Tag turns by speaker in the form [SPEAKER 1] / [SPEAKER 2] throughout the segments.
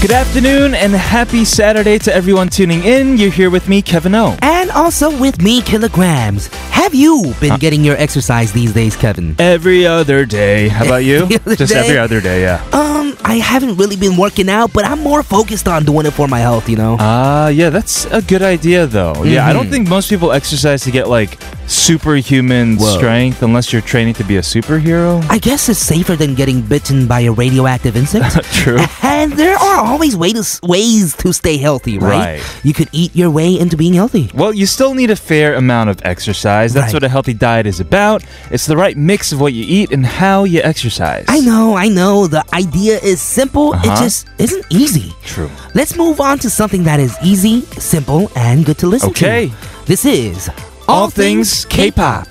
[SPEAKER 1] Good afternoon and happy Saturday to everyone tuning in. You're here with me, Kevin O.
[SPEAKER 2] And also with me, kilograms. Have you been getting your exercise these days, Kevin?
[SPEAKER 1] Every other day. How about you?
[SPEAKER 2] Every other
[SPEAKER 1] Just
[SPEAKER 2] day.
[SPEAKER 1] every other day, yeah.
[SPEAKER 2] Um, I haven't really been working out, but I'm more focused on doing it for my health, you know?
[SPEAKER 1] Ah, yeah, that's a good idea though. Yeah, I don't
[SPEAKER 2] Mhm.
[SPEAKER 1] think most people exercise to get like superhuman
[SPEAKER 2] Whoa.
[SPEAKER 1] strength unless you're training to be a superhero.
[SPEAKER 2] I guess it's safer than getting bitten by a radioactive insect.
[SPEAKER 1] True.
[SPEAKER 2] and there are always ways ways to stay healthy, right?
[SPEAKER 1] Right.
[SPEAKER 2] You could eat your way into being healthy.
[SPEAKER 1] Well, you still need a fair amount of exercise. That's
[SPEAKER 2] Right.
[SPEAKER 1] what a healthy diet is about. It's the right mix of what you eat and how you exercise.
[SPEAKER 2] I know, I know. The idea is simple. It
[SPEAKER 1] Uh-huh.
[SPEAKER 2] just isn't easy.
[SPEAKER 1] True.
[SPEAKER 2] Let's move on to something that is easy, simple, and good to listen
[SPEAKER 1] Okay.
[SPEAKER 2] to. This is
[SPEAKER 1] All Things K-Pop.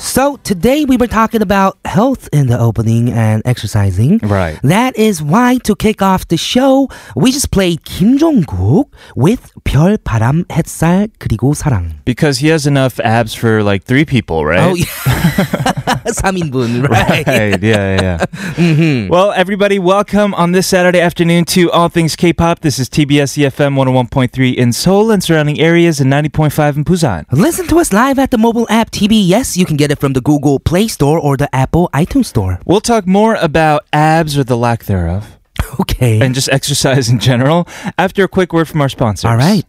[SPEAKER 2] So today we were talking about health in the opening and exercising.
[SPEAKER 1] Right.
[SPEAKER 2] That is why to kick off the show, we just played Kim Jong-guk with 별 바람 햇살 그리고 사랑.
[SPEAKER 1] Because he has enough abs for like three people, right?
[SPEAKER 2] Oh yeah. 3인분, right?
[SPEAKER 1] right. Yeah, yeah.
[SPEAKER 2] Mm-hmm.
[SPEAKER 1] Well, everybody, welcome on this Saturday afternoon to All Things K-pop. This is TBS EFM 101.3 in Seoul and surrounding areas and 90.5 in Busan.
[SPEAKER 2] Listen to us live at the mobile app TBS. you can get it from the Google Play Store or the Apple iTunes Store.
[SPEAKER 1] We'll talk more about abs or the lack thereof
[SPEAKER 2] Okay.
[SPEAKER 1] and just exercise in general after a quick word from our sponsors.
[SPEAKER 2] All right.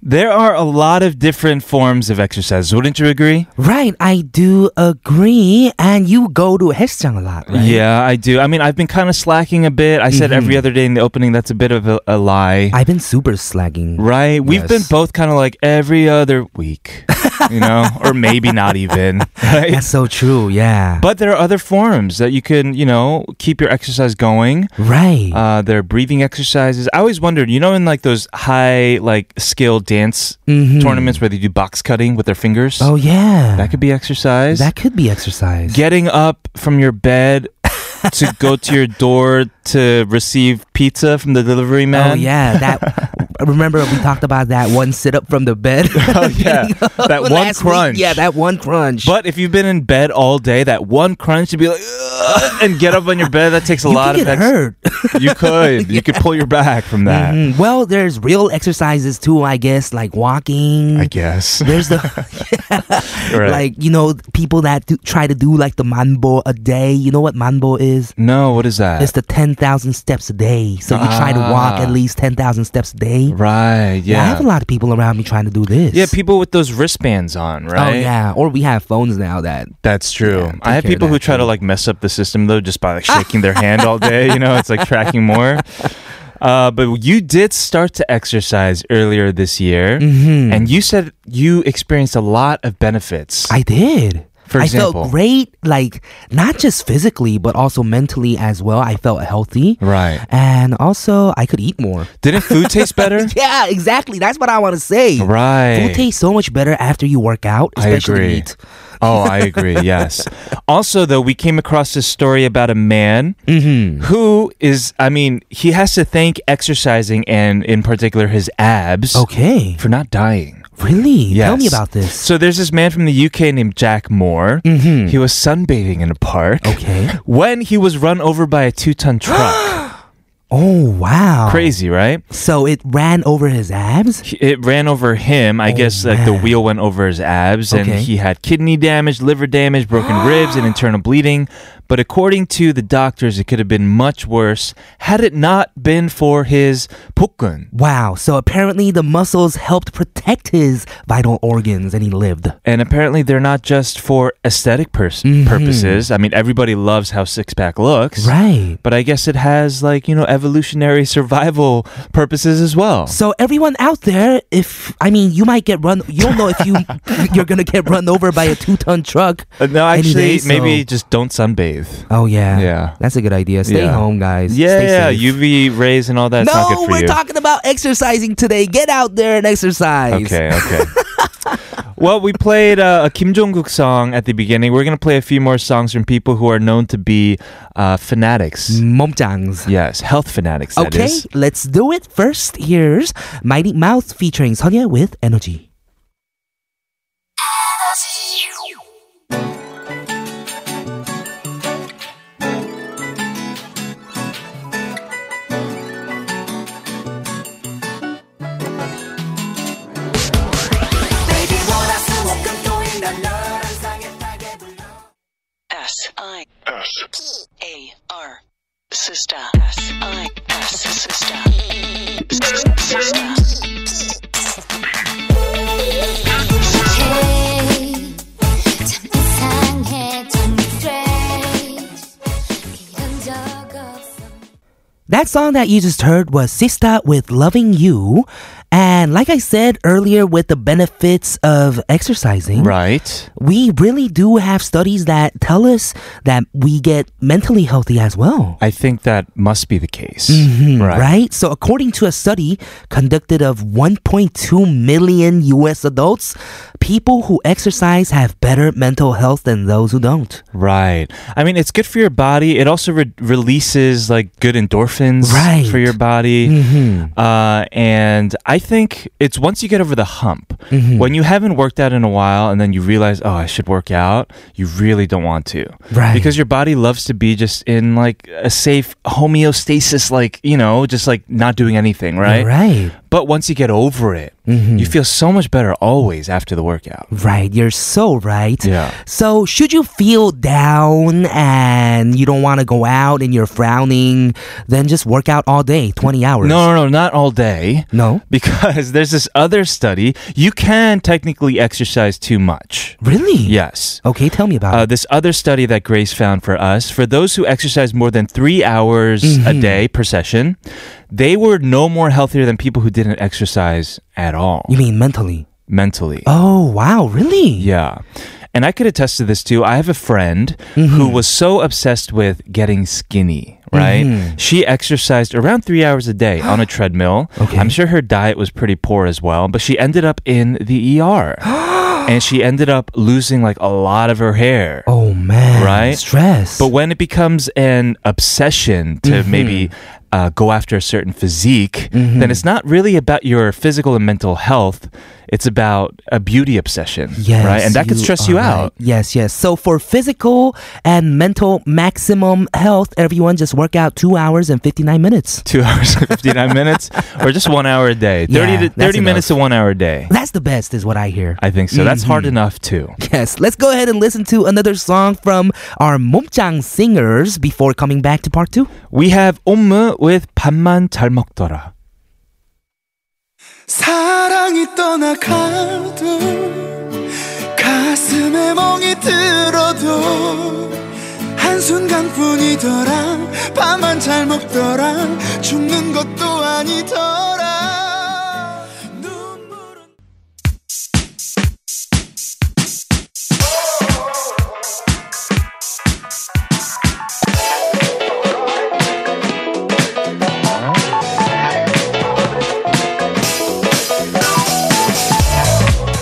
[SPEAKER 1] There are a lot of different forms of exercises. Wouldn't you agree?
[SPEAKER 2] Right, I do agree. And you go to 헬스장 a lot, right? Mm-hmm.
[SPEAKER 1] Yeah, I do. I mean, I've been kind of slacking a bit. I said every other day in the opening. That's a bit of a, a lie.
[SPEAKER 2] I've been super slagging.
[SPEAKER 1] Right, we've been
[SPEAKER 2] Yes.
[SPEAKER 1] both kind of like every other week, you know, or maybe not even. Right?
[SPEAKER 2] That's so true, yeah.
[SPEAKER 1] But there are other forms that you can, you know, keep your exercise going.
[SPEAKER 2] right.
[SPEAKER 1] Uh, there are breathing exercises. I always wondered, you know, in like those high, like skill dance
[SPEAKER 2] Mhm.
[SPEAKER 1] tournaments where they do box cutting with their fingers.
[SPEAKER 2] Oh yeah.
[SPEAKER 1] that could be exercise.
[SPEAKER 2] That could be exercise.
[SPEAKER 1] Getting up from your bed to go to your door to receive pizza from the delivery man.
[SPEAKER 2] oh yeah, that remember we talked about that one sit up from the bed.
[SPEAKER 1] Oh, yeah. That one
[SPEAKER 2] Last week.
[SPEAKER 1] crunch.
[SPEAKER 2] Yeah, that one crunch.
[SPEAKER 1] But if you've been in bed all day, that one crunch to be like, "Ugh," and get up on your bed, that takes a
[SPEAKER 2] you
[SPEAKER 1] lot of
[SPEAKER 2] could get
[SPEAKER 1] ex-
[SPEAKER 2] hurt.
[SPEAKER 1] You could. You could pull your back from that,
[SPEAKER 2] Mm, well, there's real exercises too, I guess, like walking.
[SPEAKER 1] I guess.
[SPEAKER 2] there's the
[SPEAKER 1] Right.
[SPEAKER 2] like you know people that do, try to do like the manbo a day. You know what manbo is?
[SPEAKER 1] no, what is that?
[SPEAKER 2] It's the ten thousand steps a day. So you try to walk
[SPEAKER 1] Ah.
[SPEAKER 2] at least ten thousand steps a day.
[SPEAKER 1] right,
[SPEAKER 2] I have
[SPEAKER 1] yeah.
[SPEAKER 2] a lot of people around me trying to do this.
[SPEAKER 1] yeah, people with those wristbands on, right?
[SPEAKER 2] Oh yeah, or we have phones now that
[SPEAKER 1] That's true.
[SPEAKER 2] Yeah, take
[SPEAKER 1] I have
[SPEAKER 2] care of
[SPEAKER 1] people who
[SPEAKER 2] that,
[SPEAKER 1] try to
[SPEAKER 2] too.
[SPEAKER 1] like mess up the system though just by like shaking their hand all day, you know, it's like tracking more. Uh, but you did start to exercise earlier this year,
[SPEAKER 2] Mm-hmm.
[SPEAKER 1] and you said you experienced a lot of benefits.
[SPEAKER 2] I did.
[SPEAKER 1] For
[SPEAKER 2] I
[SPEAKER 1] example?
[SPEAKER 2] felt great, like not just physically, but also mentally as well. I felt healthy,
[SPEAKER 1] right.
[SPEAKER 2] and also I could eat more.
[SPEAKER 1] Didn't food taste better?
[SPEAKER 2] Yeah, exactly. That's what I want to say.
[SPEAKER 1] Right.
[SPEAKER 2] Food tastes so much better after you work out,
[SPEAKER 1] I
[SPEAKER 2] especially
[SPEAKER 1] agree.
[SPEAKER 2] meat.
[SPEAKER 1] Oh, I agree. Yes. Also, though, we came across this story about a man
[SPEAKER 2] Mm-hmm.
[SPEAKER 1] who is, I mean, he has to thank exercising and, in particular, his abs
[SPEAKER 2] Okay,
[SPEAKER 1] for not dying.
[SPEAKER 2] really? Tell me
[SPEAKER 1] Yes.
[SPEAKER 2] about this.
[SPEAKER 1] So, there's this man from the UK named Jack Moore. He was sunbathing in a park
[SPEAKER 2] Mm-hmm. Okay.
[SPEAKER 1] when he was run over by a two ton truck.
[SPEAKER 2] Oh wow.
[SPEAKER 1] Crazy, right?
[SPEAKER 2] So it ran over his abs.
[SPEAKER 1] He- It ran over him. I guess like the
[SPEAKER 2] Oh, man.
[SPEAKER 1] wheel went over his abs, and
[SPEAKER 2] Okay.
[SPEAKER 1] he had kidney damage, liver damage, broken ribs, and internal bleeding. But according to the doctors, it could have been much worse had it not been for his pukun.
[SPEAKER 2] Wow, so apparently the muscles helped protect his vital organs and he lived.
[SPEAKER 1] And apparently, they're not just for aesthetic pers- purposes. I mean, everybody loves how six pack looks.
[SPEAKER 2] Mm-hmm. Right.
[SPEAKER 1] But I guess it has, like, you know, evolutionary survival purposes as well.
[SPEAKER 2] So everyone out there, if I mean, you might get run. You don't know if you you're gonna get run over by a two-ton truck.
[SPEAKER 1] Uh, no,
[SPEAKER 2] any
[SPEAKER 1] actually,
[SPEAKER 2] day, so-
[SPEAKER 1] maybe just don't sunbathe.
[SPEAKER 2] Oh yeah,
[SPEAKER 1] Yeah.
[SPEAKER 2] that's a good idea. Stay
[SPEAKER 1] Yeah.
[SPEAKER 2] home, guys.
[SPEAKER 1] Yeah,
[SPEAKER 2] Stay
[SPEAKER 1] yeah,
[SPEAKER 2] safe.
[SPEAKER 1] UV rays and all that's not
[SPEAKER 2] no,
[SPEAKER 1] good for you.
[SPEAKER 2] we're talking about exercising today. Get out there and exercise.
[SPEAKER 1] Okay, okay. well, we played uh, a Kim Jong Guk song at the beginning. We're gonna play a few more songs from people who are known to be uh, fanatics.
[SPEAKER 2] 몸짱.
[SPEAKER 1] Yes, health fanatics. That
[SPEAKER 2] Okay,
[SPEAKER 1] is.
[SPEAKER 2] let's do it. First, here's Mighty Mouse featuring Sonia with Energy.
[SPEAKER 3] Baby, 원할 수 없건 또 있는 널 상했다게 불러
[SPEAKER 4] S I S P A R Sister S I S Sister Sister
[SPEAKER 5] Hey, 참 이상해 좀 strange 이런 적 없어
[SPEAKER 2] That song that you just heard was Sista with Loving You. And like I said earlier, with the benefits of exercising,
[SPEAKER 1] Right.
[SPEAKER 2] we really do have studies that tell us that we get mentally healthy as well.
[SPEAKER 1] I think that must be the case.
[SPEAKER 2] Right. So, according to a study conducted of 1.2 million US adults, people who exercise have better mental health than those who don't.
[SPEAKER 1] Right. I mean, it's good for your body. It also re- releases like good endorphins
[SPEAKER 2] Right.
[SPEAKER 1] for your body. Mm-hmm. Uh, and I think it's once you get over the hump, when you haven't worked out in a while and then you realize, oh, I should work out, you really don't want to.
[SPEAKER 2] Right.
[SPEAKER 1] Because your body loves to be just in like a safe homeostasis, like, you know, just like not doing anything, right?
[SPEAKER 2] Right.
[SPEAKER 1] But once you get over it, you feel so much better always after the workout.
[SPEAKER 2] Right, you're so right.
[SPEAKER 1] Yeah.
[SPEAKER 2] So, should you feel down and you don't want to go out and you're frowning, then just work out all day, 20 hours.
[SPEAKER 1] No, no, no, not all day.
[SPEAKER 2] No?
[SPEAKER 1] because there's this other study. You can technically exercise too much.
[SPEAKER 2] Really?
[SPEAKER 1] Yes.
[SPEAKER 2] Okay, tell me about
[SPEAKER 1] Uh,
[SPEAKER 2] it.
[SPEAKER 1] this other study that Grace found for us, for those who exercise more than three hours a day per session, they were no more healthier than people who didn't exercise at all
[SPEAKER 2] You mean mentally?
[SPEAKER 1] mentally.
[SPEAKER 2] Oh, wow, really?
[SPEAKER 1] Yeah. And I could attest to this too. I have a friend
[SPEAKER 2] Mm-hmm.
[SPEAKER 1] who was so obsessed with getting skinny, right?
[SPEAKER 2] Mm-hmm.
[SPEAKER 1] She exercised around three hours a day on a treadmill.
[SPEAKER 2] Okay.
[SPEAKER 1] I'm sure her diet was pretty poor as well, but she ended up in the ER. and she ended up losing like a lot of her hair.
[SPEAKER 2] Oh, man.
[SPEAKER 1] Right?
[SPEAKER 2] Stress.
[SPEAKER 1] But when it becomes an obsession to
[SPEAKER 2] Mm-hmm.
[SPEAKER 1] maybe uh, go after a certain physique, then it's not really about your physical and mental health. It's about a beauty obsession,
[SPEAKER 2] Yes,
[SPEAKER 1] right? And that could stress
[SPEAKER 2] are
[SPEAKER 1] you out.
[SPEAKER 2] right. Yes, yes. So for physical and mental maximum health, everyone just work out two hours and fifty nine minutes.
[SPEAKER 1] Two hours and 59 minutes, or just one hour a day. 30,
[SPEAKER 2] Yeah,
[SPEAKER 1] to,
[SPEAKER 2] that's
[SPEAKER 1] 30 minutes to one hour a day.
[SPEAKER 2] That's the best, is what I hear.
[SPEAKER 1] I think so. That's hard enough, too.
[SPEAKER 2] yes, let's go ahead and listen to another song from our Momchang singers before coming back to part two.
[SPEAKER 1] We have Ommu with 밥만 잘 먹더라.
[SPEAKER 6] 사랑이 떠나가도 가슴에 멍이 들어도 한순간뿐이더라 밥만 잘 먹더라 죽는 것도 아니더라 눈물은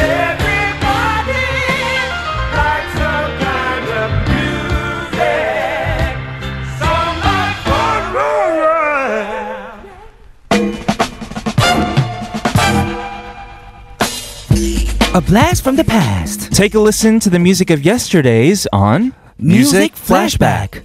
[SPEAKER 7] Everybody likes some kind of
[SPEAKER 2] a blast from the past.
[SPEAKER 1] Take a listen to the music of yesterday's on
[SPEAKER 2] Music flashback.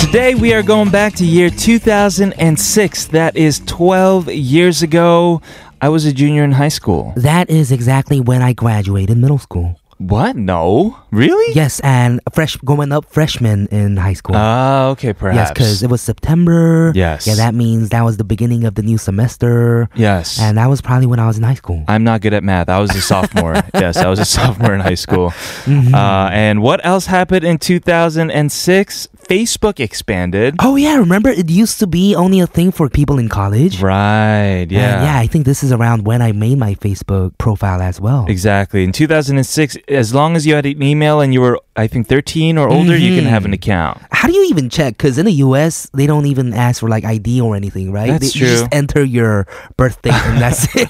[SPEAKER 1] Today we are going back to year 2006. That is 12 years ago. I was a junior in high school.
[SPEAKER 2] That is exactly when I graduated middle school.
[SPEAKER 1] What? No. Really?
[SPEAKER 2] Yes, and fresh going up freshman in high school.
[SPEAKER 1] Ah, okay,
[SPEAKER 2] yes,
[SPEAKER 1] perhaps.
[SPEAKER 2] because it was September.
[SPEAKER 1] Yes.
[SPEAKER 2] Yeah, that means that was the beginning of the new semester.
[SPEAKER 1] Yes.
[SPEAKER 2] And that was probably when I was in high school.
[SPEAKER 1] I'm not good at math. I was a sophomore. yes, I was a sophomore in high school.
[SPEAKER 2] Mm-hmm.
[SPEAKER 1] Uh, and what else happened in 2006? Facebook expanded.
[SPEAKER 2] Oh yeah, remember it used to be only a thing for people in college.
[SPEAKER 1] Right.
[SPEAKER 2] And
[SPEAKER 1] Yeah.
[SPEAKER 2] uh, yeah, I think this is around when I made my Facebook profile as well.
[SPEAKER 1] Exactly. In 2006, as long as you had an email and you were, I think, 13 or older, you can have
[SPEAKER 2] Mm-hmm.
[SPEAKER 1] an account.
[SPEAKER 2] How do you even check? Because in the U.S., they don't even ask for like ID or anything, right?
[SPEAKER 1] That's
[SPEAKER 2] They- You
[SPEAKER 1] true.
[SPEAKER 2] just enter your birthday and that's it.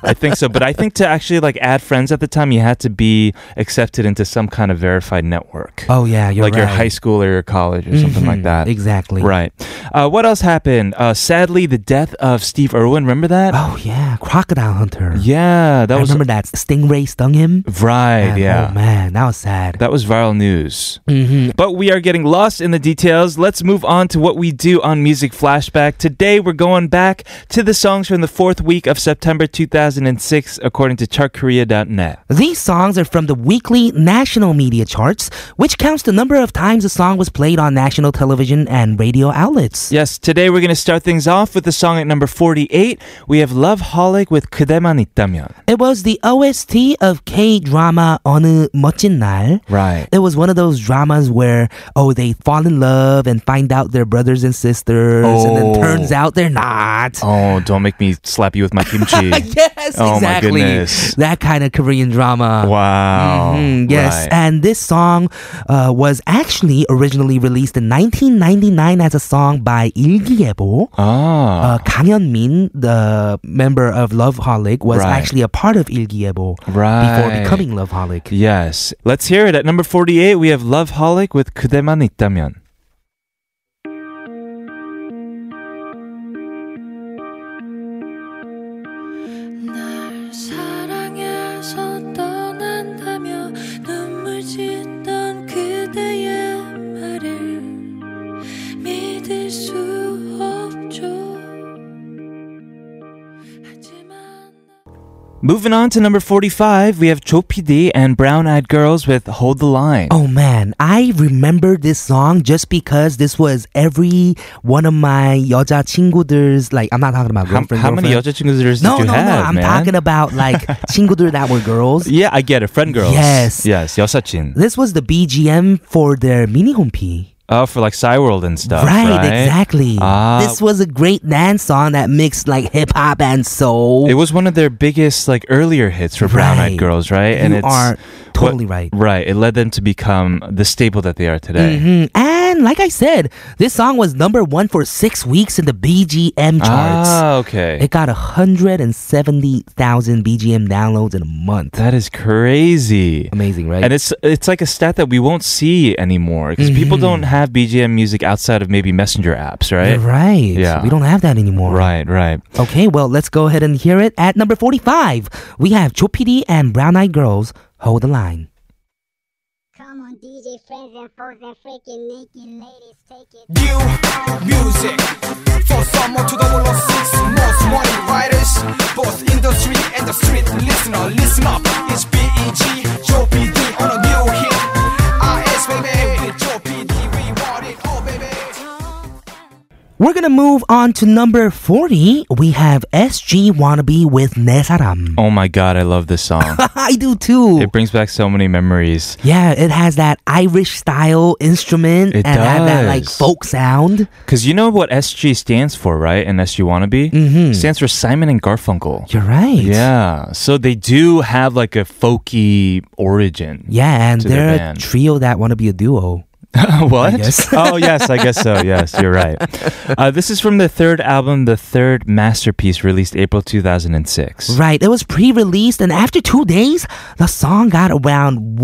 [SPEAKER 1] I think so. But I think to actually like add friends at the time, you had to be accepted into some kind of verified network,
[SPEAKER 2] Oh yeah, you're
[SPEAKER 1] like your
[SPEAKER 2] right. Mm-hmm. Hmm,
[SPEAKER 1] high school or your college or something like that.
[SPEAKER 2] Exactly.
[SPEAKER 1] Right. Uh, what else happened? Uh, sadly, the death of Steve Irwin. Remember that?
[SPEAKER 2] Oh yeah, crocodile hunter.
[SPEAKER 1] Yeah, that
[SPEAKER 2] I
[SPEAKER 1] was
[SPEAKER 2] remember that stingray stung him.
[SPEAKER 1] right.
[SPEAKER 2] And,
[SPEAKER 1] yeah,
[SPEAKER 2] Oh man, that was sad.
[SPEAKER 1] that was viral news. Mm-hmm. But we are getting lost in the details. Let's move on to what we do on Music Flashback. Today, we're going back to the songs from the fourth week of September 2006, according to ChartKorea.net.
[SPEAKER 2] These songs are from the weekly national media charts, which counts the number of times a song was played on national television and radio outlets.
[SPEAKER 1] Yes, today we're going to start things off with the song at number 48. We have Love Holic with 그대만 있다면.
[SPEAKER 2] It was the OST of K drama 어느 멋진 날.
[SPEAKER 1] Right.
[SPEAKER 2] It was one of those dramas where oh they fall in love and find out they're brothers and sisters, and then
[SPEAKER 1] Oh.
[SPEAKER 2] turns out they're not.
[SPEAKER 1] Oh, don't make me slap you with my kimchi.
[SPEAKER 2] Yes,
[SPEAKER 1] Oh my
[SPEAKER 2] exactly.
[SPEAKER 1] goodness.
[SPEAKER 2] That kind of Korean drama.
[SPEAKER 1] Wow.
[SPEAKER 2] Mm, Uh, yes,
[SPEAKER 1] Mm-hmm. Right.
[SPEAKER 2] and this song uh, was actually originally released in 1999 as a song by 일기예보.
[SPEAKER 1] Ah.
[SPEAKER 2] Uh, Kang Min, the member of Loveholic, was
[SPEAKER 1] Right.
[SPEAKER 2] actually a part of Ilgiebo before
[SPEAKER 1] Right.
[SPEAKER 2] becoming Loveholic.
[SPEAKER 1] Yes. Let's hear it. At number 48, we have Love Holic with 그대만 있다면.
[SPEAKER 7] 날 사랑해서 떠난다며 눈물 짓던 그대의 말을 믿을 수 없죠 하지만
[SPEAKER 1] Moving on to number 45, we have Cho PD and Brown Eyed Girls with Hold the Line.
[SPEAKER 2] Oh man, I remember this song just because this was every one of my 여자 친구들's like I'm not talking about
[SPEAKER 1] how,
[SPEAKER 2] girlfriend.
[SPEAKER 1] how many
[SPEAKER 2] girlfriend.
[SPEAKER 1] 여자친구들 did
[SPEAKER 2] No,
[SPEAKER 1] you
[SPEAKER 2] no,
[SPEAKER 1] have,
[SPEAKER 2] no. I'm
[SPEAKER 1] man?
[SPEAKER 2] talking about like 친구들 that were girls.
[SPEAKER 1] Yeah, I get it. Friend girls.
[SPEAKER 2] Yes.
[SPEAKER 1] Yes, 여사친.
[SPEAKER 2] This was the BGM for their mini hompi.
[SPEAKER 1] Oh, for like Cyworld and stuff, right?
[SPEAKER 2] Right, exactly.
[SPEAKER 1] Ah.
[SPEAKER 2] this was a great dance song that mixed like hip hop and soul.
[SPEAKER 1] It was one of their biggest, like, earlier hits for Brown Eyed
[SPEAKER 2] Right.
[SPEAKER 1] Girls, right?
[SPEAKER 2] You are totally right.
[SPEAKER 1] Right. It led them to become the staple that they are today.
[SPEAKER 2] Mhm. And like I said, this song was number one for six weeks in the BGM charts.
[SPEAKER 1] Ah, okay.
[SPEAKER 2] It got 170,000 BGM downloads in a month.
[SPEAKER 1] that is crazy.
[SPEAKER 2] Amazing, right?
[SPEAKER 1] And it's it's like a stat that we won't see anymore because people don't have BGM music outside of maybe messenger apps, right?
[SPEAKER 2] You're right.
[SPEAKER 1] Yeah.
[SPEAKER 2] We don't have that anymore.
[SPEAKER 1] Right, right.
[SPEAKER 2] Okay, well, let's go ahead and hear it. At number 45, we have Chopidi and Brown Eyed Girls, Hold the Line.
[SPEAKER 8] Come on, DJ friends and foes and freaking naked ladies, take it.
[SPEAKER 6] New music for summer 2006 most money writers both industry and the street listener listen up it's BEG Joe PD on a new hit RS baby with Joe PD we want it all baby
[SPEAKER 2] We're gonna move on to number 40. We have SG Wannabe with 내 사람.
[SPEAKER 1] Oh my god, I love this song.
[SPEAKER 2] I do too.
[SPEAKER 1] it brings back so many memories.
[SPEAKER 2] yeah, it has that Irish style instrument
[SPEAKER 1] It
[SPEAKER 2] and had that like
[SPEAKER 1] does.
[SPEAKER 2] folk sound.
[SPEAKER 1] Cause you know what SG stands for, right? And SG wannabe stands for Simon and Garfunkel.
[SPEAKER 2] You're right.
[SPEAKER 1] Yeah, so they do have like a folky origin.
[SPEAKER 2] Yeah, and
[SPEAKER 1] To their
[SPEAKER 2] they're a
[SPEAKER 1] band.
[SPEAKER 2] trio that wanna be a duo.
[SPEAKER 1] what?
[SPEAKER 2] guess.
[SPEAKER 1] oh, yes, I guess so. Yes, you're right. Uh, this is from the third album, The Third Masterpiece, released April 2006.
[SPEAKER 2] Right, it was pre released, and after two days, the song got around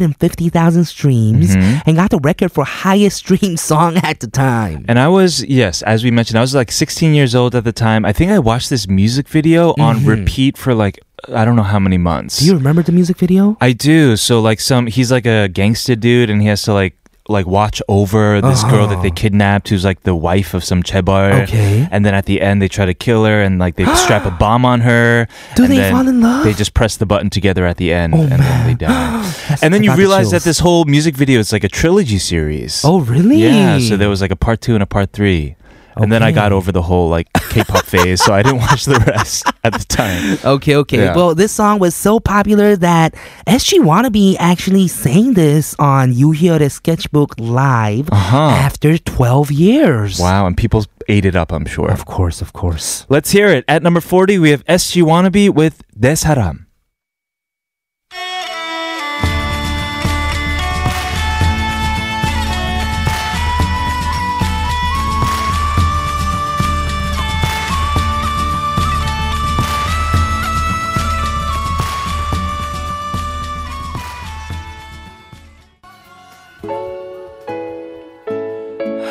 [SPEAKER 2] 150,000 streams
[SPEAKER 1] Mm-hmm.
[SPEAKER 2] and got the record for highest streamed song at the time.
[SPEAKER 1] And I was, yes, as we mentioned, I was like 16 years old at the time. I think I watched this music video on repeat for like, I don't know how many months.
[SPEAKER 2] Mm-hmm. Do you remember the music video?
[SPEAKER 1] I do. So like some, he's like a gangsta dude and he has to like, like watch over this girl that they kidnapped who's like the wife of some chebar
[SPEAKER 2] Ah. Okay.
[SPEAKER 1] and then at the end they try to kill her and like they strap a bomb on her
[SPEAKER 2] Do
[SPEAKER 1] and
[SPEAKER 2] they
[SPEAKER 1] then
[SPEAKER 2] fall in love? Oh,
[SPEAKER 1] they just press the button together at the end and then they die and then
[SPEAKER 2] I
[SPEAKER 1] you
[SPEAKER 2] got the
[SPEAKER 1] realize that
[SPEAKER 2] chills.
[SPEAKER 1] this whole music video is like a trilogy series
[SPEAKER 2] Oh, really?
[SPEAKER 1] yeah, so there was like a part two and a part three. And then I got over the whole like K-pop phase, so I didn't watch the rest at the time.
[SPEAKER 2] Okay, okay.
[SPEAKER 1] Yeah.
[SPEAKER 2] Well, this song was so popular that SG Wannabe actually sang this on You Hear the Sketchbook Live after 12 years.
[SPEAKER 1] Uh-huh. Wow, and people ate it up, I'm sure.
[SPEAKER 2] Of course, of course.
[SPEAKER 1] Let's hear it. At number 40, we have SG Wannabe with Desharam.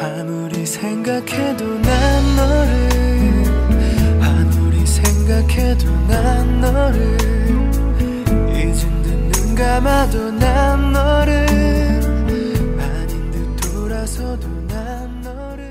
[SPEAKER 6] 아무리 생각해도 난 너를 아무리 생각해도 난 너를 잊은 듯눈 감아도 난 너를 아닌 듯 돌아서도 난 너를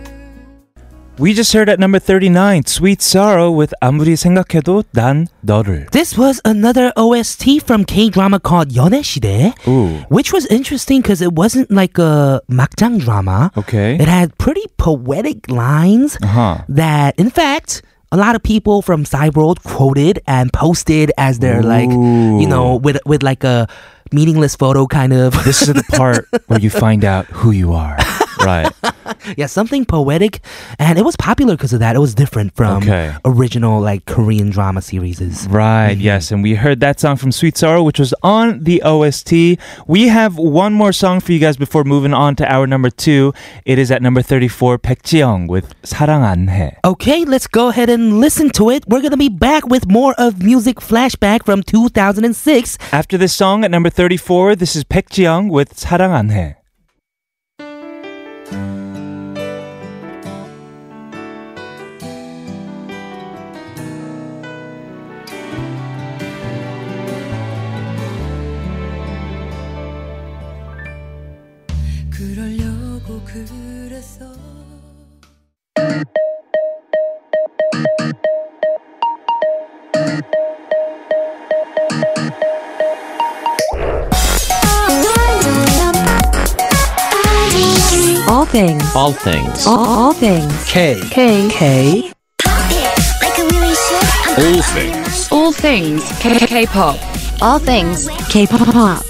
[SPEAKER 1] We just heard at number 39, Sweet Sorrow with 아무리 생각해도 난 너를.
[SPEAKER 2] This was another OST from K drama called 연애시대,
[SPEAKER 1] Ooh.
[SPEAKER 2] which was interesting because it wasn't like a 막장 drama.
[SPEAKER 1] Okay.
[SPEAKER 2] It had pretty poetic lines
[SPEAKER 1] Uh-huh.
[SPEAKER 2] that, in fact, a lot of people from Cyworld quoted and posted as their like, you know, with with like a meaningless photo kind of.
[SPEAKER 1] This is the part where you find out who you are. Right.
[SPEAKER 2] yeah, something poetic, and it was popular because of that. It was different from
[SPEAKER 1] Okay.
[SPEAKER 2] original like Korean drama series.
[SPEAKER 1] Right, yes. And we heard that song from Sweet Sorrow, which was on the OST. We have one more song for you guys before moving on to our number two. It is at number 34, Baek Jiyoung with 사랑 안 해.
[SPEAKER 2] Okay, let's go ahead and listen to it. We're gonna be back with more of music flashback from 2006.
[SPEAKER 1] After this song at number 34, this is Baek Jiyoung with 사랑 안 해.
[SPEAKER 7] 그러려고 그랬어
[SPEAKER 9] All things. All things. All, all things.
[SPEAKER 10] K.
[SPEAKER 9] K.
[SPEAKER 2] Okay.
[SPEAKER 10] All things.
[SPEAKER 9] All things. K. K-pop. All things. K-pop.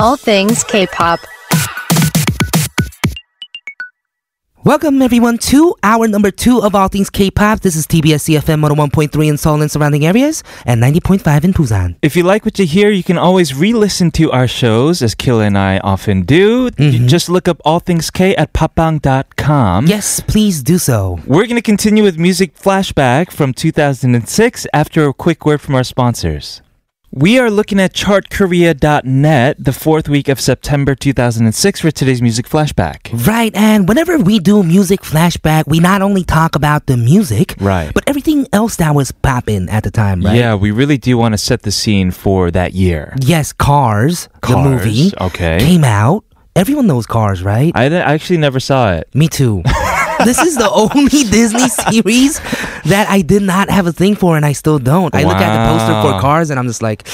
[SPEAKER 9] All things K-pop.
[SPEAKER 2] Welcome everyone to our number two of all things K-pop. This is TBS CFM 101.3 in Seoul and surrounding areas and 90.5 in Busan.
[SPEAKER 1] If you like what you hear, you can always re listen to our shows, as Killa and I often do.
[SPEAKER 2] Mm-hmm.
[SPEAKER 1] You just look up All Things K at popbang.com.
[SPEAKER 2] Yes, please do so.
[SPEAKER 1] We're going to continue with music flashback from 2006 after a quick word from our sponsors. We are looking at chartkorea.net, the fourth week of September 2006, for today's music flashback.
[SPEAKER 2] Right, and whenever we do music flashback, we not only talk about the music,
[SPEAKER 1] Right.
[SPEAKER 2] but everything else that was popping at the time, right?
[SPEAKER 1] Yeah, we really do want to set the scene for that year.
[SPEAKER 2] Yes, Cars, the
[SPEAKER 1] Cars,
[SPEAKER 2] movie,
[SPEAKER 1] okay.
[SPEAKER 2] came out. Everyone knows Cars, right?
[SPEAKER 1] I, I actually never saw it.
[SPEAKER 2] Me too. this is the only Disney series that I did not have a thing for, and I still don't. I look at the poster for
[SPEAKER 1] Wow.
[SPEAKER 2] Cars, and I'm just like,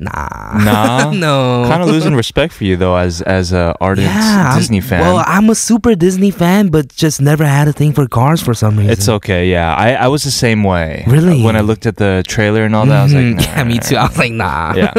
[SPEAKER 2] nah,
[SPEAKER 1] Nah.
[SPEAKER 2] no.
[SPEAKER 1] Kind of losing respect for you, though, as as a ardent
[SPEAKER 2] yeah, I'm-
[SPEAKER 1] Disney fan.
[SPEAKER 2] Well, I'm a super Disney fan, but just never had a thing for Cars for some reason.
[SPEAKER 1] it's okay, yeah. I, I was the same way.
[SPEAKER 2] Really?
[SPEAKER 1] When I looked at the trailer and all that, I was like,
[SPEAKER 2] Mm,
[SPEAKER 1] nah.
[SPEAKER 2] yeah, me too. I was like, nah.
[SPEAKER 1] yeah.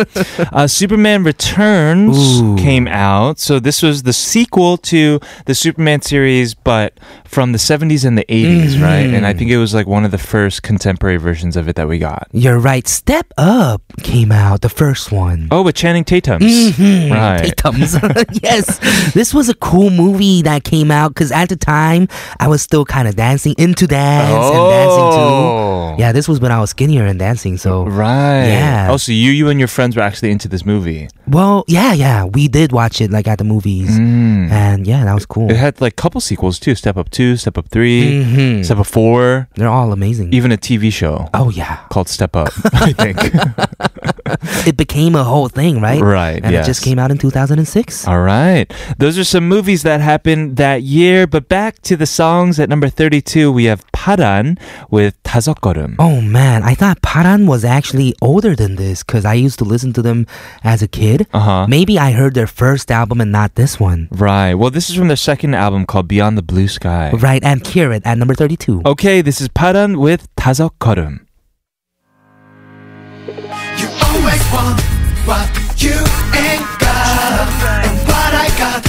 [SPEAKER 1] Uh, Superman Returns
[SPEAKER 2] Ooh.
[SPEAKER 1] came out. So this was the sequel to the Superman series, but from from the 70s and the 80s,
[SPEAKER 2] Mm-hmm.
[SPEAKER 1] right? And I think it was like one of the first contemporary versions of it that we got.
[SPEAKER 2] You're right. Step Up came out, the first one.
[SPEAKER 1] Oh, with Channing Tatum's.
[SPEAKER 2] Mm-hmm.
[SPEAKER 1] Right.
[SPEAKER 2] Tatums. yes. This was a cool movie that came out because at the time I was still kind of dancing into dance and
[SPEAKER 1] Oh.
[SPEAKER 2] dancing too. Yeah, this was when I was skinnier and dancing. So,
[SPEAKER 1] Right.
[SPEAKER 2] Yeah.
[SPEAKER 1] Oh, so you, you and your friends were actually into this movie.
[SPEAKER 2] well, yeah, yeah, we did watch it like at the movies.
[SPEAKER 1] Mm.
[SPEAKER 2] And yeah, that was cool.
[SPEAKER 1] It had like couple sequels too: Step Up Two, Step Up 3
[SPEAKER 2] Mhm.
[SPEAKER 1] Step Up Four,
[SPEAKER 2] They're all amazing.
[SPEAKER 1] even a TV show
[SPEAKER 2] oh, yeah.
[SPEAKER 1] called Step Up. I think.
[SPEAKER 2] It became a whole thing, right?
[SPEAKER 1] Right,
[SPEAKER 2] And it just
[SPEAKER 1] yes.
[SPEAKER 2] came out in 2006.
[SPEAKER 1] All right, those are some movies that happened that year. But back to the songs at number thirty-two, we have Paran with 다섯 걸음.
[SPEAKER 2] Oh man, I thought Paran was actually older than this because I used to listen to them as a kid.
[SPEAKER 1] Uh-huh.
[SPEAKER 2] Maybe I heard their first album and not this one.
[SPEAKER 1] Right. Well, this is from their second album called Beyond the Blue Sky.
[SPEAKER 2] Right, and Kieran at number 32.
[SPEAKER 1] Okay, this is Paran with 다섯 걸음.
[SPEAKER 6] You always want what you ain't got, and what I got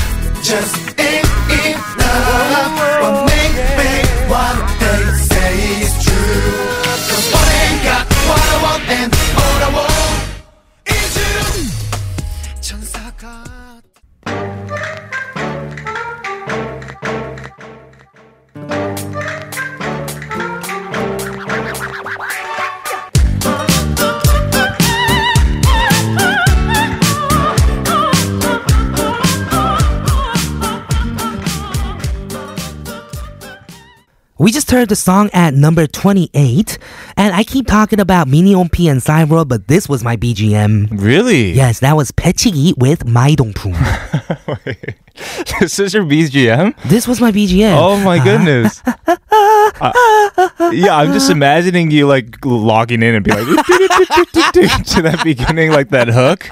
[SPEAKER 6] just ain't enough. Well, maybe what they say is true. Cause what I ain't got, what I want, and all I want is you. 천사가
[SPEAKER 2] We just heard the song at number 28, and I keep talking about Mini P and Cyro, but this was my BGM.
[SPEAKER 1] Really?
[SPEAKER 2] Yes, that was Pechigi with My Dongpung.
[SPEAKER 1] this is your BGM.
[SPEAKER 2] this was my BGM.
[SPEAKER 1] Oh my
[SPEAKER 2] Uh-huh.
[SPEAKER 1] goodness. Uh, yeah, I'm just imagining you like logging in and be like to that beginning, like that hook.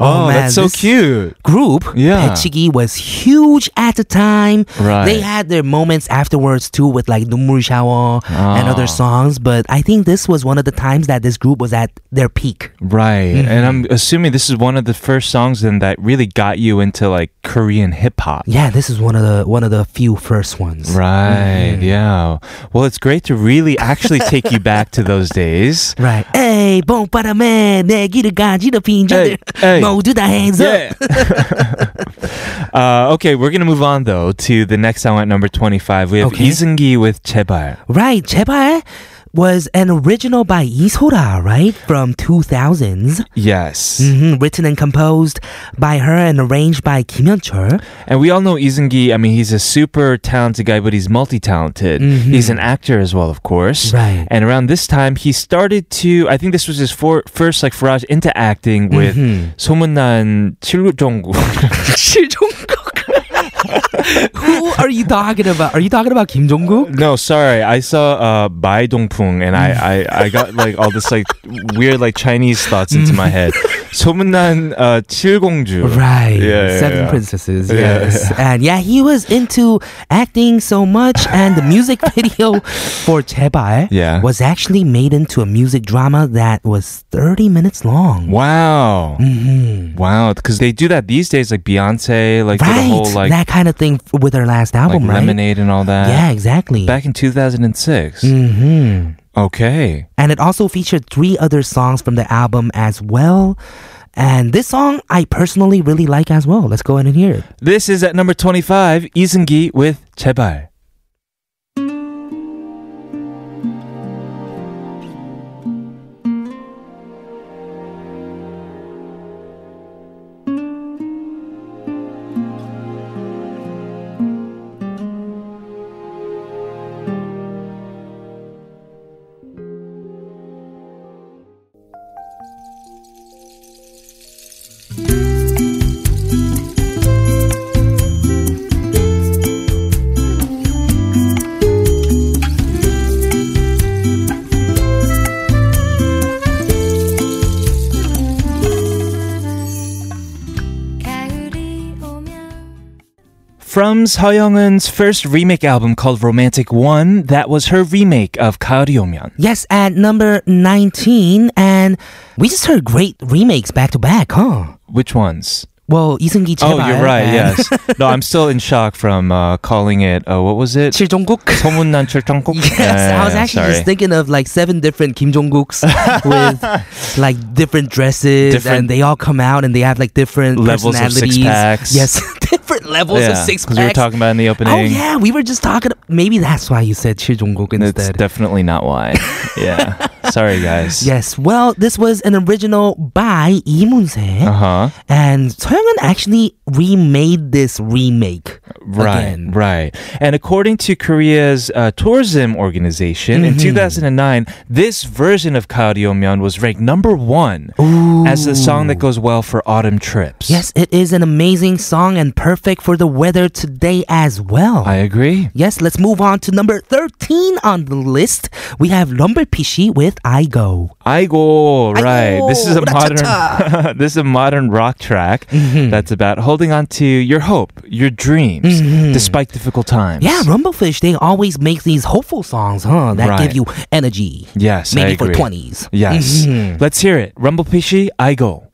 [SPEAKER 1] Oh,
[SPEAKER 2] man,
[SPEAKER 1] that's so
[SPEAKER 2] this-
[SPEAKER 1] cute.
[SPEAKER 2] group,
[SPEAKER 1] Yeah.
[SPEAKER 2] Pechigi was huge at the time.
[SPEAKER 1] Right.
[SPEAKER 2] They had their moments afterwards too with like Numur Shawo and other
[SPEAKER 1] Ah.
[SPEAKER 2] songs, but I think this was one of the times that this group was at their peak.
[SPEAKER 1] Right. And I'm assuming this is one of the first songs then that really got you into like Korean hip hop.
[SPEAKER 2] Yeah, this is one of the one of the few first ones.
[SPEAKER 1] Right. Yeah. Well, it's great to really actually take you back to those days.
[SPEAKER 2] Right. Hey, bong para man, 내기를 가지러 빈자들
[SPEAKER 1] Hey, hey.
[SPEAKER 2] 모두 다 hands up.
[SPEAKER 1] uh, okay, we're gonna move on though to the next song at number twenty-five. We have
[SPEAKER 2] Okay.
[SPEAKER 1] Izungi with Chebar.
[SPEAKER 2] Right, 제발 was an original by Isora, right? From 2000s.
[SPEAKER 1] Yes.
[SPEAKER 2] hmm Written and composed by her and arranged by Kim Yeon-chul.
[SPEAKER 1] And we all know Izungi. I mean, he's a super talented guy, but he's multi-talented. He's an actor as well, of course.
[SPEAKER 2] Mm-hmm. Right.
[SPEAKER 1] And around this time, he started to. I think this was his for, first like Farage into acting with
[SPEAKER 2] Mm-hmm.
[SPEAKER 1] 소문난 칠종국.
[SPEAKER 2] Who are you talking about? Are you talking about Kim Jong-gu?
[SPEAKER 1] No, sorry. I saw uh, Bai Dongpung, and I, I, I got like all this like weird like Chinese thoughts into my head. 소문난 uh, 칠공주.
[SPEAKER 2] Mm-hmm. Right.
[SPEAKER 1] Yeah, yeah,
[SPEAKER 2] Seven
[SPEAKER 1] yeah.
[SPEAKER 2] Princesses.
[SPEAKER 1] Yeah,
[SPEAKER 2] Yes. And yeah, he was into acting so much, and the music video for Chebae
[SPEAKER 1] Yeah.
[SPEAKER 2] was actually made into a music drama that was 30 minutes long.
[SPEAKER 1] Wow. Wow. Because they do that these days, like Beyonce, like did
[SPEAKER 2] Mm-hmm. Right.
[SPEAKER 1] the whole like,
[SPEAKER 2] that kind of thing f- with her last album,
[SPEAKER 1] like
[SPEAKER 2] right?
[SPEAKER 1] Lemonade and all that.
[SPEAKER 2] Yeah, exactly.
[SPEAKER 1] Back in 2006.
[SPEAKER 2] hmm
[SPEAKER 1] Okay.
[SPEAKER 2] And it also featured three other songs from the album as well. And this song I personally really like as well. Let's go in and hear it.
[SPEAKER 1] This is at number 25, Isungi with 제발.
[SPEAKER 5] 가을이 오면
[SPEAKER 1] From Seoyoung's first remake album called Romantic One, that was her remake of Kaori Omyeon.
[SPEAKER 2] Yes, at number 19. And we just heard great remakes back to back, huh?
[SPEAKER 1] Which ones?
[SPEAKER 2] well, 이승기 제발.
[SPEAKER 1] Oh, you're right.
[SPEAKER 2] and-
[SPEAKER 1] Yes. No, I'm still in shock from uh, calling it. Uh, what was it?
[SPEAKER 2] 칠종국.
[SPEAKER 1] 소문난 출장국.
[SPEAKER 2] Yes,
[SPEAKER 1] Yeah,
[SPEAKER 2] I was actually
[SPEAKER 1] sorry.
[SPEAKER 2] just thinking of like seven different Kim Jong Gooks with like different dresses,
[SPEAKER 1] Different-
[SPEAKER 2] and they all come out and they have like different
[SPEAKER 1] Levels of
[SPEAKER 2] personalities.
[SPEAKER 1] six-packs.
[SPEAKER 2] Yes, different levels of
[SPEAKER 1] Yeah,
[SPEAKER 2] six
[SPEAKER 1] because
[SPEAKER 2] packs.
[SPEAKER 1] we were talking about in the opening.
[SPEAKER 2] Oh yeah, we were just talking. Maybe that's why you said Chil Jong Kook
[SPEAKER 1] That's
[SPEAKER 2] instead.
[SPEAKER 1] definitely not why. yeah. Sorry, guys.
[SPEAKER 2] yes. Well, this was an original by Imunse,
[SPEAKER 1] Uh huh.
[SPEAKER 2] and Soyoungin actually remade this remake.
[SPEAKER 1] Uh, Right,
[SPEAKER 2] again.
[SPEAKER 1] right. And according to Korea's uh, tourism organization,
[SPEAKER 2] Mm-hmm.
[SPEAKER 1] in 2009, this version of Myeon was ranked number one as the song that goes well for autumn trips.
[SPEAKER 2] Yes, it is an amazing song and perfect for the weather today as well.
[SPEAKER 1] I agree.
[SPEAKER 2] Yes, let's move on to number 13 on the list. We have Lumber Pishi with I Go.
[SPEAKER 1] Aigo, right. This is a
[SPEAKER 2] Aigo,
[SPEAKER 1] modern this is a modern rock track
[SPEAKER 2] Mm-hmm.
[SPEAKER 1] that's about holding on to your hope, your dreams, despite difficult times.
[SPEAKER 2] Mm-hmm. Yeah, Rumblefish, they always make these hopeful songs, huh? That
[SPEAKER 1] Right.
[SPEAKER 2] give you energy.
[SPEAKER 1] Yes,
[SPEAKER 2] Maybe
[SPEAKER 1] I agree.
[SPEAKER 2] for 20s.
[SPEAKER 1] Yes.
[SPEAKER 2] Mhm.
[SPEAKER 1] Mm-hmm. Let's hear it. Rumble Pishi, I go.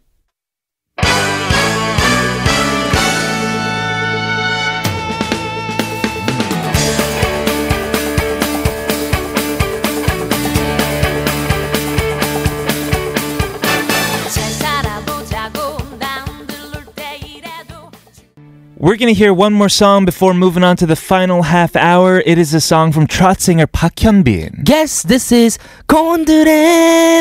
[SPEAKER 7] 잘 살아보자고 난 들를 때 이래도
[SPEAKER 1] We're going to hear one more song before moving on to the final half hour. It is a song from trot singer Park Hyun-bin.
[SPEAKER 2] Yes, this is 건드레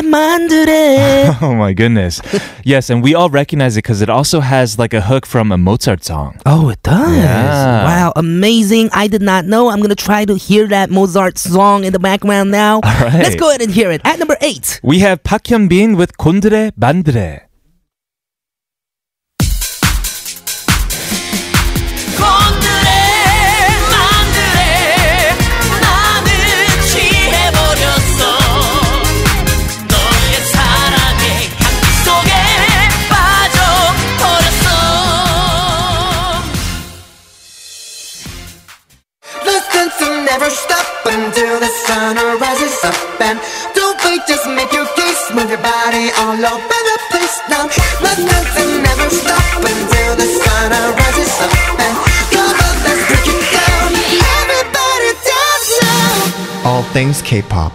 [SPEAKER 2] 만드레.
[SPEAKER 1] Oh my goodness. yes, and we all recognize it because it also has like a hook from a Mozart song.
[SPEAKER 2] oh, it does.
[SPEAKER 1] Yeah.
[SPEAKER 2] Wow, amazing. I did not know. I'm going to try to hear that Mozart song in the background now.
[SPEAKER 1] right.
[SPEAKER 2] Let's go ahead and hear it. At number 8.
[SPEAKER 1] We have Park Hyun-bin with 곤드레 만드레.
[SPEAKER 7] 건드레 만드레 나는 취해버렸어 너의 사랑의 향기 속에 빠져버렸어
[SPEAKER 6] The sense will never stop until the sun rises up and don't wait, just make your case, move your body all over the place now. The sense will never stop until the sun rises up and come on, let's break it down. Everybody dance now. All things K-pop.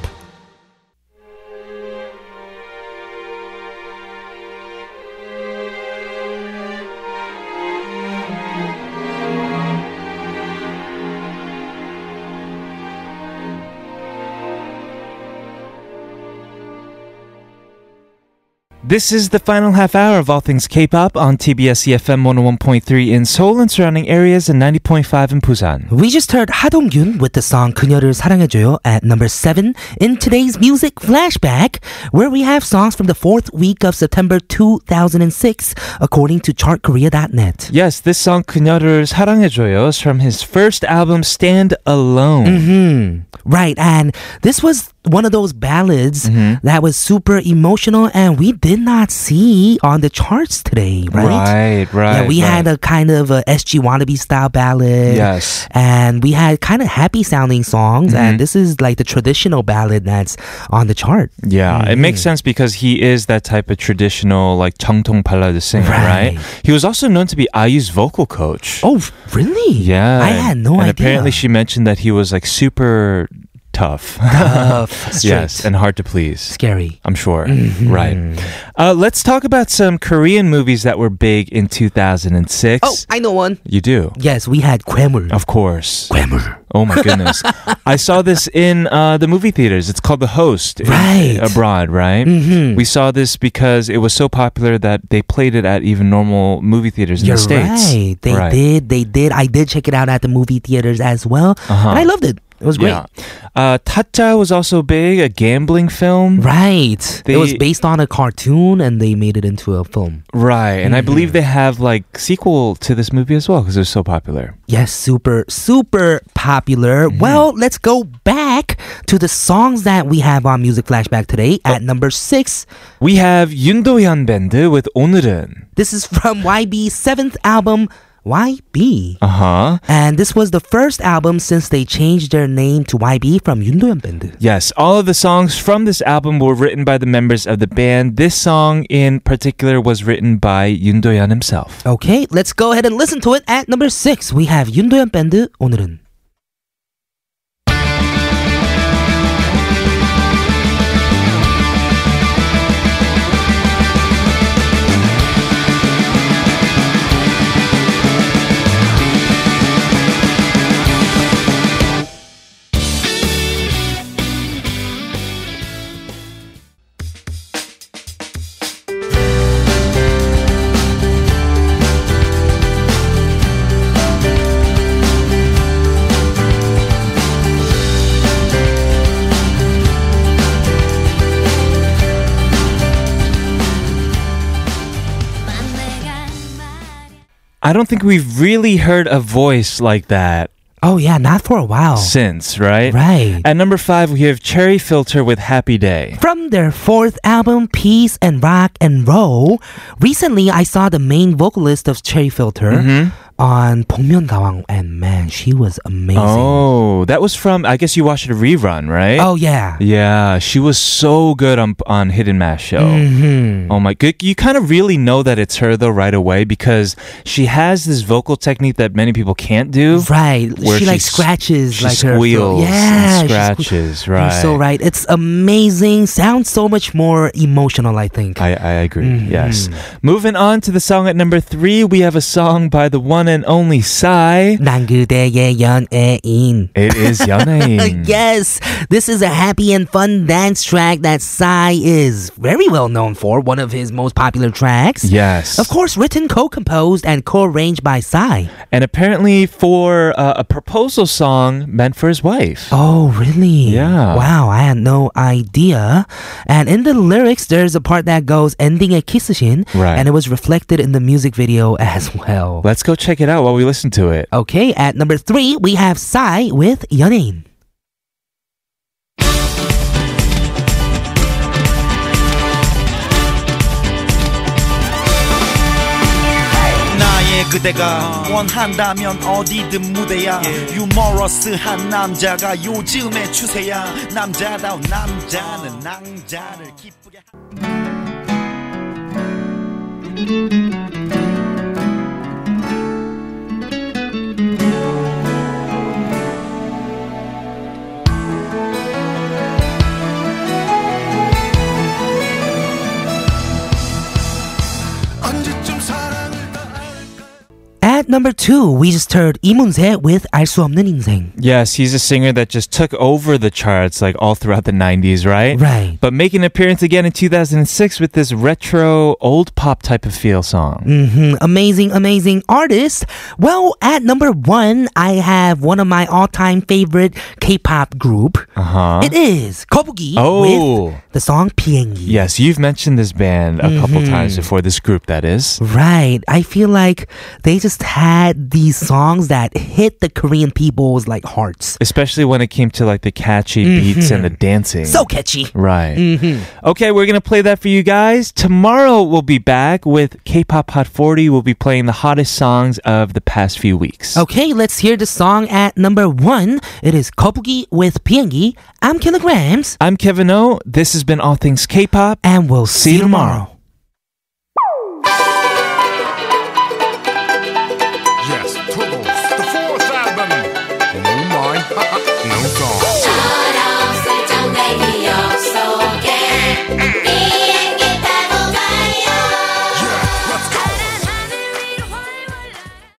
[SPEAKER 1] This is the final half hour of All Things K-Pop on TBS EFM 101.3 in Seoul and surrounding areas and 90.5 in Busan.
[SPEAKER 2] We just heard 하동균 with the song 그녀를 사랑해줘요 at number 7 in today's music flashback where we have songs from the fourth week of September 2006 according to chartkorea.net.
[SPEAKER 1] Yes, this song 그녀를 사랑해줘요 is from his first album Stand Alone.
[SPEAKER 2] Mm-hmm. Right, and this was one of those ballads
[SPEAKER 1] Mm-hmm.
[SPEAKER 2] that was super emotional and we did not see on the charts today, right?
[SPEAKER 1] Right, right.
[SPEAKER 2] yeah, we had a kind of a SG wannabe style ballad.
[SPEAKER 1] Yes. Mm-hmm.
[SPEAKER 2] And we had kind of happy sounding songs, and this is like the traditional ballad that's on the chart.
[SPEAKER 1] yeah. It
[SPEAKER 2] Mm-hmm.
[SPEAKER 1] makes sense because he is that type of traditional like 정통 ballad singer, right.
[SPEAKER 2] Right.
[SPEAKER 1] He was also known to be IU's vocal coach.
[SPEAKER 2] Oh, really?
[SPEAKER 1] yeah.
[SPEAKER 2] I had no
[SPEAKER 1] and
[SPEAKER 2] idea.
[SPEAKER 1] apparently she mentioned that he was like super tough.
[SPEAKER 2] Tough, straight, Mm-hmm.
[SPEAKER 1] yes, and hard to please.
[SPEAKER 2] scary.
[SPEAKER 1] I'm sure. Right. Uh, let's talk about some Korean movies that were big in 2006.
[SPEAKER 2] Oh, I know one.
[SPEAKER 1] You do.
[SPEAKER 2] Yes, we had Quemur.
[SPEAKER 1] Of course. Oh my goodness. I saw this in uh, the movie theaters. It's called The Host. in-
[SPEAKER 2] Right.
[SPEAKER 1] abroad, right? Mm-hmm. We saw this because it was so popular that they played it at even normal movie theaters in
[SPEAKER 2] You're
[SPEAKER 1] the States.
[SPEAKER 2] right. They did. They did. I did check it out at the movie theaters as well, and I loved it. It was great.
[SPEAKER 1] Uh-huh. Yeah. Uh, Tata was also big, a gambling film.
[SPEAKER 2] Right.
[SPEAKER 1] They-
[SPEAKER 2] it was based on a cartoon, and they made it into a film.
[SPEAKER 1] Right, And I
[SPEAKER 2] mm-hmm.
[SPEAKER 1] believe they have like sequel to this movie as well because it was so popular.
[SPEAKER 2] Yes, super, super popular. Well, let's go back to the songs that we have on Music Flashback today. At number six,
[SPEAKER 1] We have Yun Do Hyun Band with 오늘은.
[SPEAKER 2] this is from YB's seventh album, YB.
[SPEAKER 1] Uh huh.
[SPEAKER 2] And this was the first album since they changed their name to YB from Yundoyeon Band.
[SPEAKER 1] Yes, all of the songs from this album were written by the members of the band. This song in particular was written by Yoon Do-yeon himself.
[SPEAKER 2] Okay, let's go ahead and listen to it. At number 6, we have Yundoyeon Band 오늘은
[SPEAKER 5] 맘내가 말야
[SPEAKER 1] I don't think we've really heard a voice like that
[SPEAKER 2] Oh yeah, not for a while.
[SPEAKER 1] since, right?
[SPEAKER 2] Right.
[SPEAKER 1] At number five, we have Cherry Filter with Happy Day.
[SPEAKER 2] From their fourth album, Peace and Rock and Roll, recently I saw the main vocalist of Cherry Filter
[SPEAKER 1] Mm-hmm.
[SPEAKER 2] on 복면 가왕, and man, she was amazing.
[SPEAKER 1] Oh, that was from, I guess you watched a rerun, right?
[SPEAKER 2] Oh, yeah.
[SPEAKER 1] Yeah, she was so good on on Hidden Mass show.
[SPEAKER 2] Mhm.
[SPEAKER 1] Oh my good, you kind of really know that it's her though right away because she has this vocal technique that many people can't do.
[SPEAKER 2] Right,
[SPEAKER 1] Where
[SPEAKER 2] she like
[SPEAKER 1] she s-
[SPEAKER 2] scratches,
[SPEAKER 1] she
[SPEAKER 2] like her throat.
[SPEAKER 1] squeals and
[SPEAKER 2] yeah, she
[SPEAKER 1] scratches,
[SPEAKER 2] sque- You're so
[SPEAKER 1] right.
[SPEAKER 2] right. It's amazing. Sounds so much more emotional. I think.
[SPEAKER 1] I, I agree.
[SPEAKER 2] Mm-hmm.
[SPEAKER 1] Yes. Moving on to the song at number three, we have a song by the one and only Psy.
[SPEAKER 2] 난 그대의 연예인.
[SPEAKER 1] It is Yeonain.
[SPEAKER 2] e Uh, yes, this is a happy and fun dance track that Psy is very well known for, one of his most popular tracks.
[SPEAKER 1] Yes.
[SPEAKER 2] Of course, written, co composed, and co arranged by Psy.
[SPEAKER 1] And apparently for uh, a proposal song meant for his wife.
[SPEAKER 2] Oh, really?
[SPEAKER 1] Yeah.
[SPEAKER 2] Wow, I had no idea. And in the lyrics, there's a part that goes ending a kissing,
[SPEAKER 1] Right.
[SPEAKER 2] and it was reflected in the music video as well.
[SPEAKER 1] Let's go check it out while we listen to it.
[SPEAKER 2] Okay, at number three, we have Psy with Yeonin.
[SPEAKER 6] 나의 그대가 원한다면 어디든 무대야 유머러스한 남자가 요즘의 추세야 남자다운 남자는 낭자를 기쁘게 언제쯤 사랑을 다
[SPEAKER 2] At number two, we just heard 이문세 with 알 수 없는 인생.
[SPEAKER 1] Yes, he's a singer that just took over the charts like all throughout the 90s, right?
[SPEAKER 2] Right.
[SPEAKER 1] But making an appearance again in 2006 with this retro old pop type of feel song.
[SPEAKER 2] Mhm, Amazing, amazing artist. Well, at number one, I have one of my all-time favorite K-pop group.
[SPEAKER 1] Uh-huh.
[SPEAKER 2] It is Kobugi
[SPEAKER 1] Oh.
[SPEAKER 2] with the song Piengi.
[SPEAKER 1] Yes, you've mentioned this band a couple
[SPEAKER 2] Mm-hmm.
[SPEAKER 1] times before, this group that is.
[SPEAKER 2] Right. I feel like they just had these songs that hit the Korean people's like hearts.
[SPEAKER 1] Especially when it came to like the catchy beats and the dancing.
[SPEAKER 2] Mm-hmm. So Mm-hmm. catchy.
[SPEAKER 1] Right. Okay, we're going to play that for you guys. Tomorrow we'll be back with K-Pop Hot 40. We'll be playing the hottest songs of the past few weeks.
[SPEAKER 2] Okay, let's hear the song at number one. It is Kobugi with Piengi. I'm Kilograms,
[SPEAKER 1] I'm Kevin O. This has been All Things K-Pop.
[SPEAKER 2] and we'll see, you tomorrow.